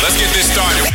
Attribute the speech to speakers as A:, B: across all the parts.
A: Let's get this started.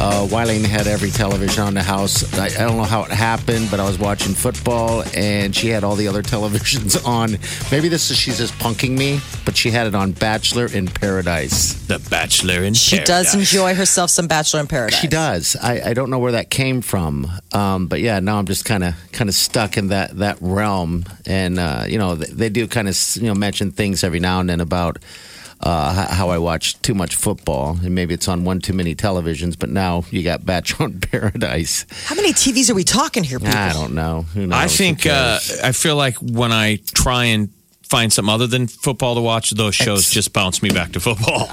B: Uh, Wileen had every television on the house. I, I don't know how it happened, but I was watching football and she had all the other televisions on. Maybe this is she's just punking me, but she had it on Bachelor in Paradise.
C: The Bachelor in
D: She does
C: Paradise.
D: enjoy herself some Bachelor in Paradise.
B: She does. I, I don't know where that came from, um, but yeah, now I'm just kind of kind of stuck in that that realm. And uh, you know, they, they do kind of you know mention things every now and then about uh, h- how I watch too much football, and maybe it's on one too many televisions. But now you got Bachelor in Paradise.
D: How many TVs are we talking here, people?
B: I don't know. Who knows?
C: I
B: Who
C: think uh,
B: cares?
C: I feel like when I try and find something other than football to watch, those shows
B: It's-
C: just bounce me back to football.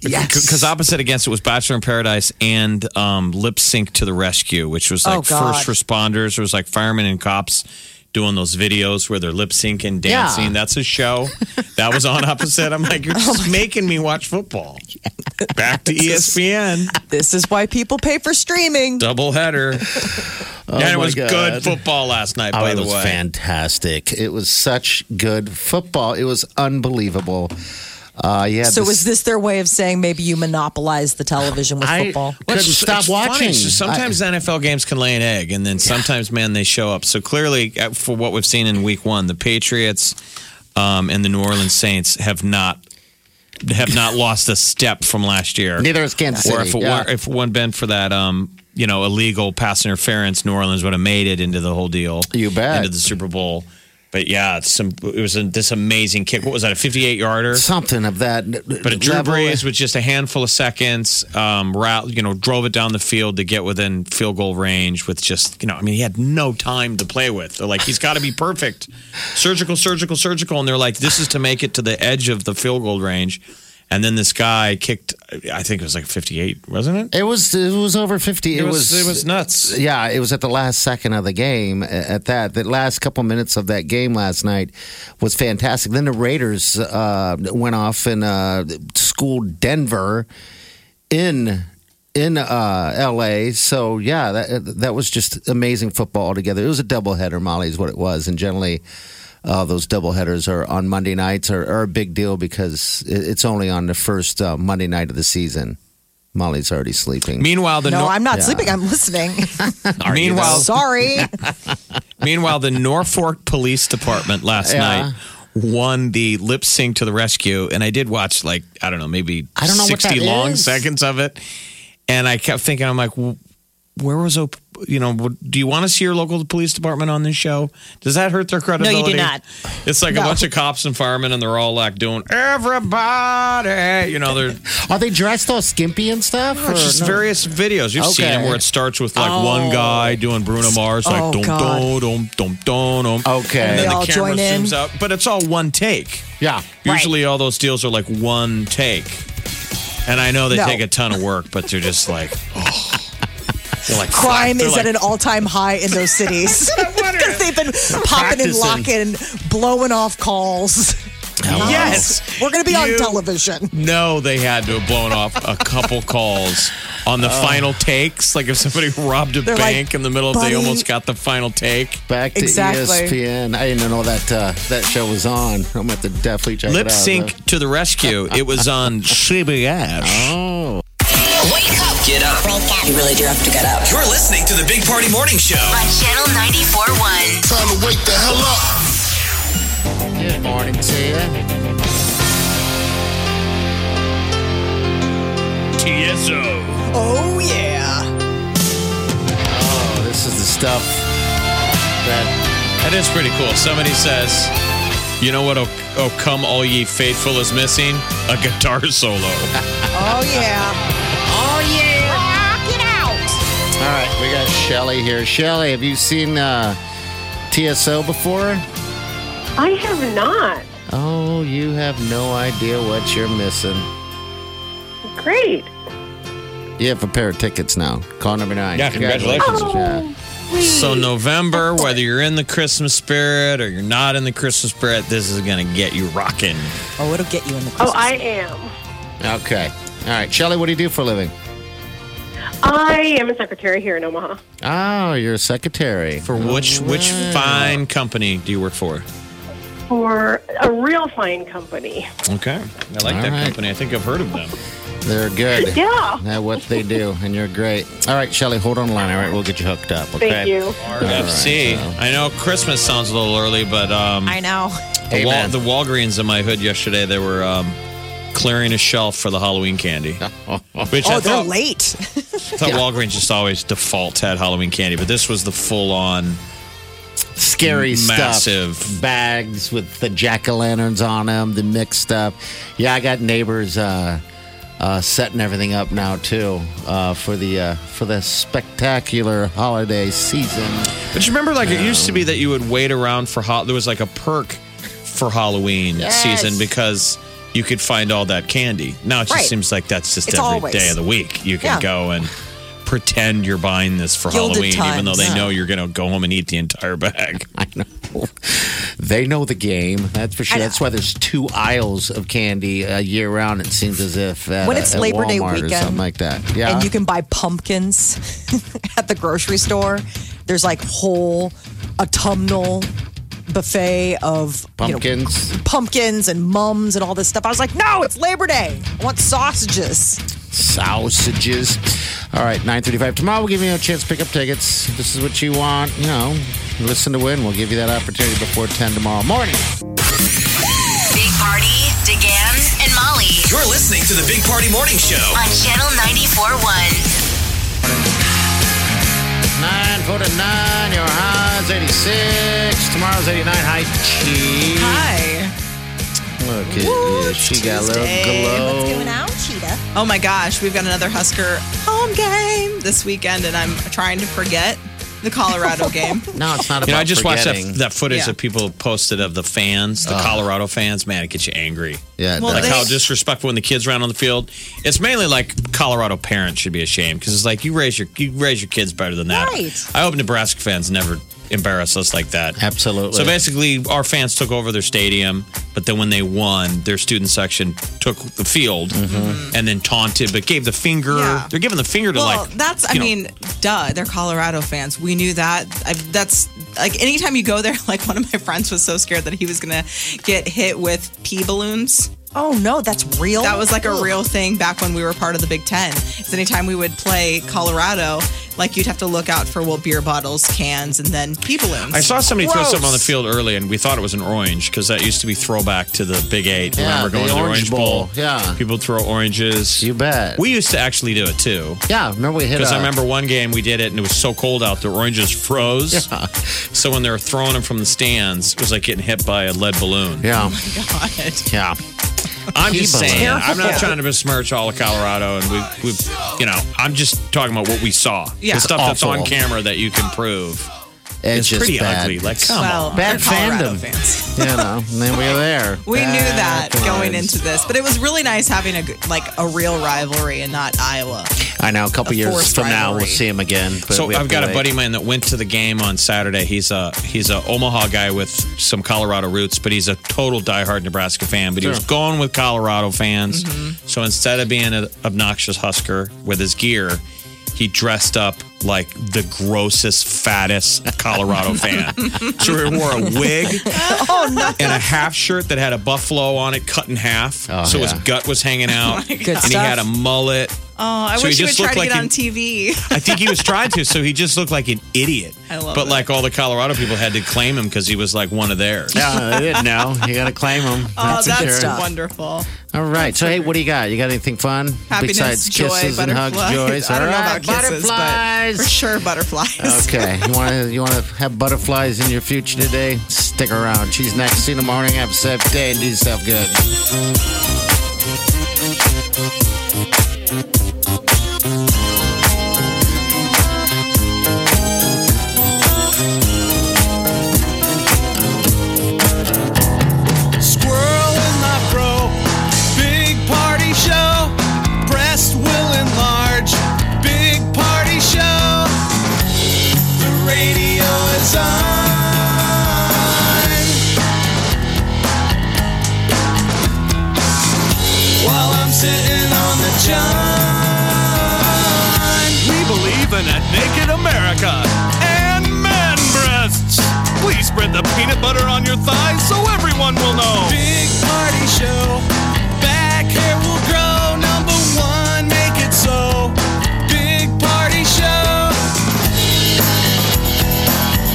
B: yes.
C: Because opposite against it was Bachelor in Paradise and um, Lip Sync to the Rescue, which was like
D: Oh, God.
C: first responders. It was like firemen and cops doing those videos where they're lip syncing, dancing.
B: Yeah.
C: That's a show. that was on opposite. I'm like, you're
B: Oh,
C: just making me watch football. Back to E ESPN.
D: This is why people pay for streaming.
C: Double header. and it
B: Oh, my
C: was
B: God.
C: good football last night,
B: Oh,
C: by
B: it
C: the
B: was
C: way.
B: fantastic. It was such good football. It was unbelievable. Uh, yeah.
D: So is this their way of saying maybe you monopolize the television with
B: I-
D: football?
B: Couldn't stop
C: it's funny.
B: watching.
C: So sometimes NFL games can lay an egg, and then sometimes, man, they show up. So clearly, uh, for what we've seen in Week One, the Patriots um, and the New Orleans Saints have not have not lost a step from last year.
B: Neither is Kansas
C: Or
B: City,
C: if it,
B: yeah.
C: were, if it hadn't been for that, um, you know, illegal pass interference, New Orleans would have made it into the whole deal.
B: You bet.
C: into the Super Bowl. But yeah, it's some, it was a, this amazing kick. What was that? A fifty-eight yarder.
B: something of that.
C: But Drew
B: level.
C: Brees with just a handful of seconds, um, route, you know, drove it down the field to get within field goal range with just, you know, I mean, he had no time to play with. They're like, he's got to be perfect, surgical, surgical, surgical, and they're like, this is to make it to the edge of the field goal range, and then this guy kicked, I think it was like 58, wasn't it?
B: It was it was over fifty. It, was,
C: it was nuts.
B: yeah. It was at the last second of the game. a- At that, the last couple minutes of that game last night was fantastic. Then the Raiders uh, went off and uh, schooled Denver in in uh, L.A. So yeah, that that was just amazing football altogether. It was a doubleheader, Molly, is what it was, and generally. Uh, those doubleheaders are on Monday nights are, are a big deal because it- it's only on the first uh, Monday night of the season. Molly's already sleeping.
C: Meanwhile, the
D: No,
C: Nor-
D: I'm not
B: Yeah.
D: sleeping. I'm listening.
C: meanwhile
D: Sorry.
C: Meanwhile, the Norfolk Police Department last
B: Yeah.
C: night won the lip sync to the rescue, and I did watch like I don't know, maybe
B: I don't know what
C: sixty
B: that
C: long
B: is.
C: seconds of it, and I kept thinking, I'm like, "W- where was op- you know? what- Do you want to see your local police department on this show? Does that hurt their
D: do
C: credibility?
D: not.
C: It's like a bunch of cops and firemen, and they're all like doing everybody, you know, they're
B: Are they dressed all skimpy and stuff? or
C: just
B: Oh, no?
C: various videos. You've seen
B: Okay.
C: them where it starts with like one
D: Oh.
C: guy doing Bruno Mars, like
D: Oh,
C: dum dum
D: God.
C: dum dum dum.
B: Okay.
C: and then
D: They all
C: the camera
D: join in.
C: zooms out, but it's all one take.
B: Yeah.
C: Usually, all those deals are like one take, and I know they
D: No.
C: take a ton of work, but they're just like, oh, They're like
D: Crime
C: they're
D: is
C: like,
D: at an all-time high in those cities because they've been popping and
B: practicing.
D: locking, blowing off calls.
C: Yes,
D: We're going to be
C: You
D: on television.
C: No, they had to have blown off a couple calls on the final takes. Like if somebody robbed a
D: Uh. They're like,
C: bank in the middle of, they
D: "Buddy."
C: almost got the final take.
B: Back to E
D: Exactly.
B: ESPN. I didn't even know that uh, that show was on. I'm going to have to definitely check it
C: Lip
B: out.
C: sync to the rescue. It was on CBS.
B: Oh.
E: Wake up
C: Get up.
A: You're listening to the Big Party Morning Show.
E: on Channel 94.1.
F: Time to wake the hell up.
B: Good morning to you.
C: TSO.
D: Oh yeah.
B: Oh, this is the stuff that.
C: That is pretty cool. Somebody says, you know what, oh, oh come all ye faithful is missing? A guitar solo.
D: Oh yeah.
B: All right, we got Shelly here. Shelly, have you seen uh, TSO before?
F: I have not.
B: Oh, you have no idea what you're missing.
F: Great.
B: You have a pair of tickets now. Call number nine.
C: Yeah, congratulations.
B: Yeah.
C: So November, whether you're in the Christmas spirit or you're not in the Christmas spirit, this is gonna get you rocking.
D: Oh, it'll get you in the Christmas.
F: Oh, I am.
B: Okay. All right, Shelly, what do you do for a living?
F: I am a secretary here in Omaha.
B: Oh, you're a secretary.
C: For which which fine company do you work for?
F: for a real fine company.
C: Okay, I like
B: All
C: that
B: right.
C: company. I think I've heard of them.
B: They're good.
F: Yeah.
B: At what they do, and you're great. All right, Shelly, hold on the line. All right, we'll get you hooked up. Okay?
F: Thank you.
C: RFC. I know Christmas sounds a little early, but um,
D: I know.
C: the, Wal-
B: Amen.
C: the Walgreens in my hood yesterday, they were um, clearing a shelf for the Halloween candy. Which I
D: Oh, they're
C: thought,
D: late.
C: I thought Walgreens just always default had Halloween candy, but this was the full on.
B: Scary
C: Massive.
B: stuff. Bags with the jack o' lanterns on them, the mixed stuff. Yeah, I got neighbors uh, uh, setting everything up now too uh, for the uh, for the spectacular holiday season.
C: But you remember, like, it used to be that you would wait around for hot. There was like a perk for Halloween
B: Yes.
C: season because you could find all that candy. Now it just
D: Right.
C: seems like that's just
D: It's
C: every day
D: always.
C: of the week. You can
D: Yeah.
C: go and pretend you're buying this for Halloween,
D: Gilded
C: even though
D: times.
C: they
D: Yeah.
C: know you're going to go home and eat the entire bag.
B: I know. They know the game. That's for sure.
D: I know.
B: That's why there's two aisles of candy uh, year round. It seems as if uh,
D: When it's
B: at
D: Labor Day
B: Walmart or
D: weekend,
B: something like that. Yeah,
D: And you can buy pumpkins at the grocery store. There's like whole autumnal buffet of you know,
B: pumpkins.
D: pumpkins and mums and all this stuff. I was like, no, it's Labor Day. I want sausages.
B: sausages. All right, 935. Tomorrow we'll give you a chance to pick up tickets. This is what you want, you know. Listen to win. We'll give you that opportunity before 10 tomorrow morning.
E: Big Party, DeGan, and Molly
A: You're listening to the Big Party Morning Show.
E: on Channel 94.1.
B: 949, your high's 86. Tomorrow's 89. Hi, Chi.
G: Hi.
B: Look at you. She got a little glow.
D: out, Cheetah?
G: Oh my gosh, we've got another Husker home game this weekend, and I'm trying to forget the Colorado game.
B: No, it's not about
C: You know, I just watched
B: forgetting.
C: that, that footage
G: Yeah.
C: that people posted of the fans, the Colorado fans. Man, it gets you angry.
B: Yeah, it
G: Well,
B: does.
C: like
G: they-
C: how disrespectful when the kids ran on the field. It's mainly like Colorado parents should be ashamed because it's like you raise your you raise your kids better than that.
D: Right.
C: I hope Nebraska fans never embarrass us like that.
B: Absolutely.
C: So basically, our fans took over their stadium, but then when they won, their student section took the field and then taunted, but gave the finger.
G: Yeah.
C: They're giving the finger to
G: well,
C: like.
G: that's, I
C: you know,
G: mean, duh, they're Colorado fans. We knew that. I, that's like anytime you go there, like one of my friends was so scared that he was going to get hit with pee balloons.
D: Oh no, that's real.
G: That was like a real thing back when we were part of the Big Ten. Is anytime we would play Colorado, like you'd have to look out for well beer bottles, cans, and then pee balloons.
C: I saw somebody throw
D: Gross.
C: something on the field early, and we thought it was an orange because that used to be throwback to the Big Eight.
B: Yeah,
C: Remember going
B: the
C: to the
B: Orange
C: Orange Bowl?
B: Bowl. Yeah.
C: people throw oranges.
B: you bet.
C: We used to actually do it too.
B: yeah, remember we hit
C: Because
B: a-
C: I remember one game we did it and it was so cold out the oranges froze.
B: Yeah.
C: So when they were throwing them from the stands, it was like getting hit by a lead balloon.
B: Yeah.
G: Oh God.
B: Yeah.
C: I'm
B: Key
C: just
B: balloon.
C: saying. I'm not trying to besmirch all of Colorado, and we, we, you know, I'm just talking about what we saw.
G: Yeah.
C: the stuff that's
B: Awful.
C: on camera that you can prove.
B: It's, just
C: pretty
B: bad.
C: ugly. Like, come
G: Well,
C: on.
B: Bad
G: they're Colorado
B: fandom.
G: fans.
B: you know, and then we were there.
G: We knew that
B: Backwards.
G: going into this, but it was really nice having a g- like a real rivalry and not Iowa.
B: I know. A couple
G: A
B: years
G: forced
B: from now,
G: rivalry.
B: we'll see him again. But
C: So
B: we have
C: I've
B: to
C: got a
B: wait.
C: buddy of mine that went to the game on Saturday. He's a he's a Omaha guy with some Colorado roots, but he's a total diehard Nebraska fan. But he was going with Colorado fans.
B: Mm-hmm.
C: So instead of being an obnoxious Husker with his gear, he dressed up like the grossest, fattest Colorado fan. So he wore a wig
B: Oh,
C: and a half shirt that had a buffalo on it cut in half.
B: Oh,
C: so
B: yeah.
C: his gut was hanging out. and
D: Good
C: he
D: stuff.
C: had a mullet.
G: Oh, I
C: So he
G: wish you would
C: just
G: try
C: looked
G: to get
C: like
G: on TV.
C: I think he was trying to, so he just looked like an idiot.
G: I love
C: but
G: it.
C: like all the Colorado people had to claim him because he was like one of theirs.
B: No, they didn't know. You got to claim him.
G: Oh,
B: for
G: that's
B: sure.
G: wonderful.
B: All right. So, hey, what do you got? You got anything fun
G: Happiness,
B: besides
G: joy,
B: kisses and
G: butterflies.
B: hugs, joys?
G: I
B: All
G: don't know
B: right,
G: about kisses, but-
B: butterflies.
G: For sure, butterflies.
B: Okay, you want to you want to have butterflies in your future today? Stick around. She's next. See you in the morning. Have a safe day and do yourself good.
A: sitting on the john.
C: We believe in a naked America and man breasts. Please spread the peanut butter on your thighs so everyone will know.
A: Big party show. Back hair will grow. Number one, make it so. Oh, Big party show.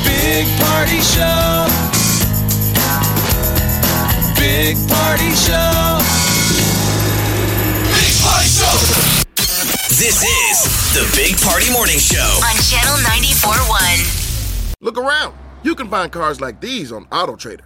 A: Big party show. Big party show. Big party show. This is the Big Party Morning Show.
E: on Channel 94.1.
B: Look around. You can find cars like these on AutoTrader.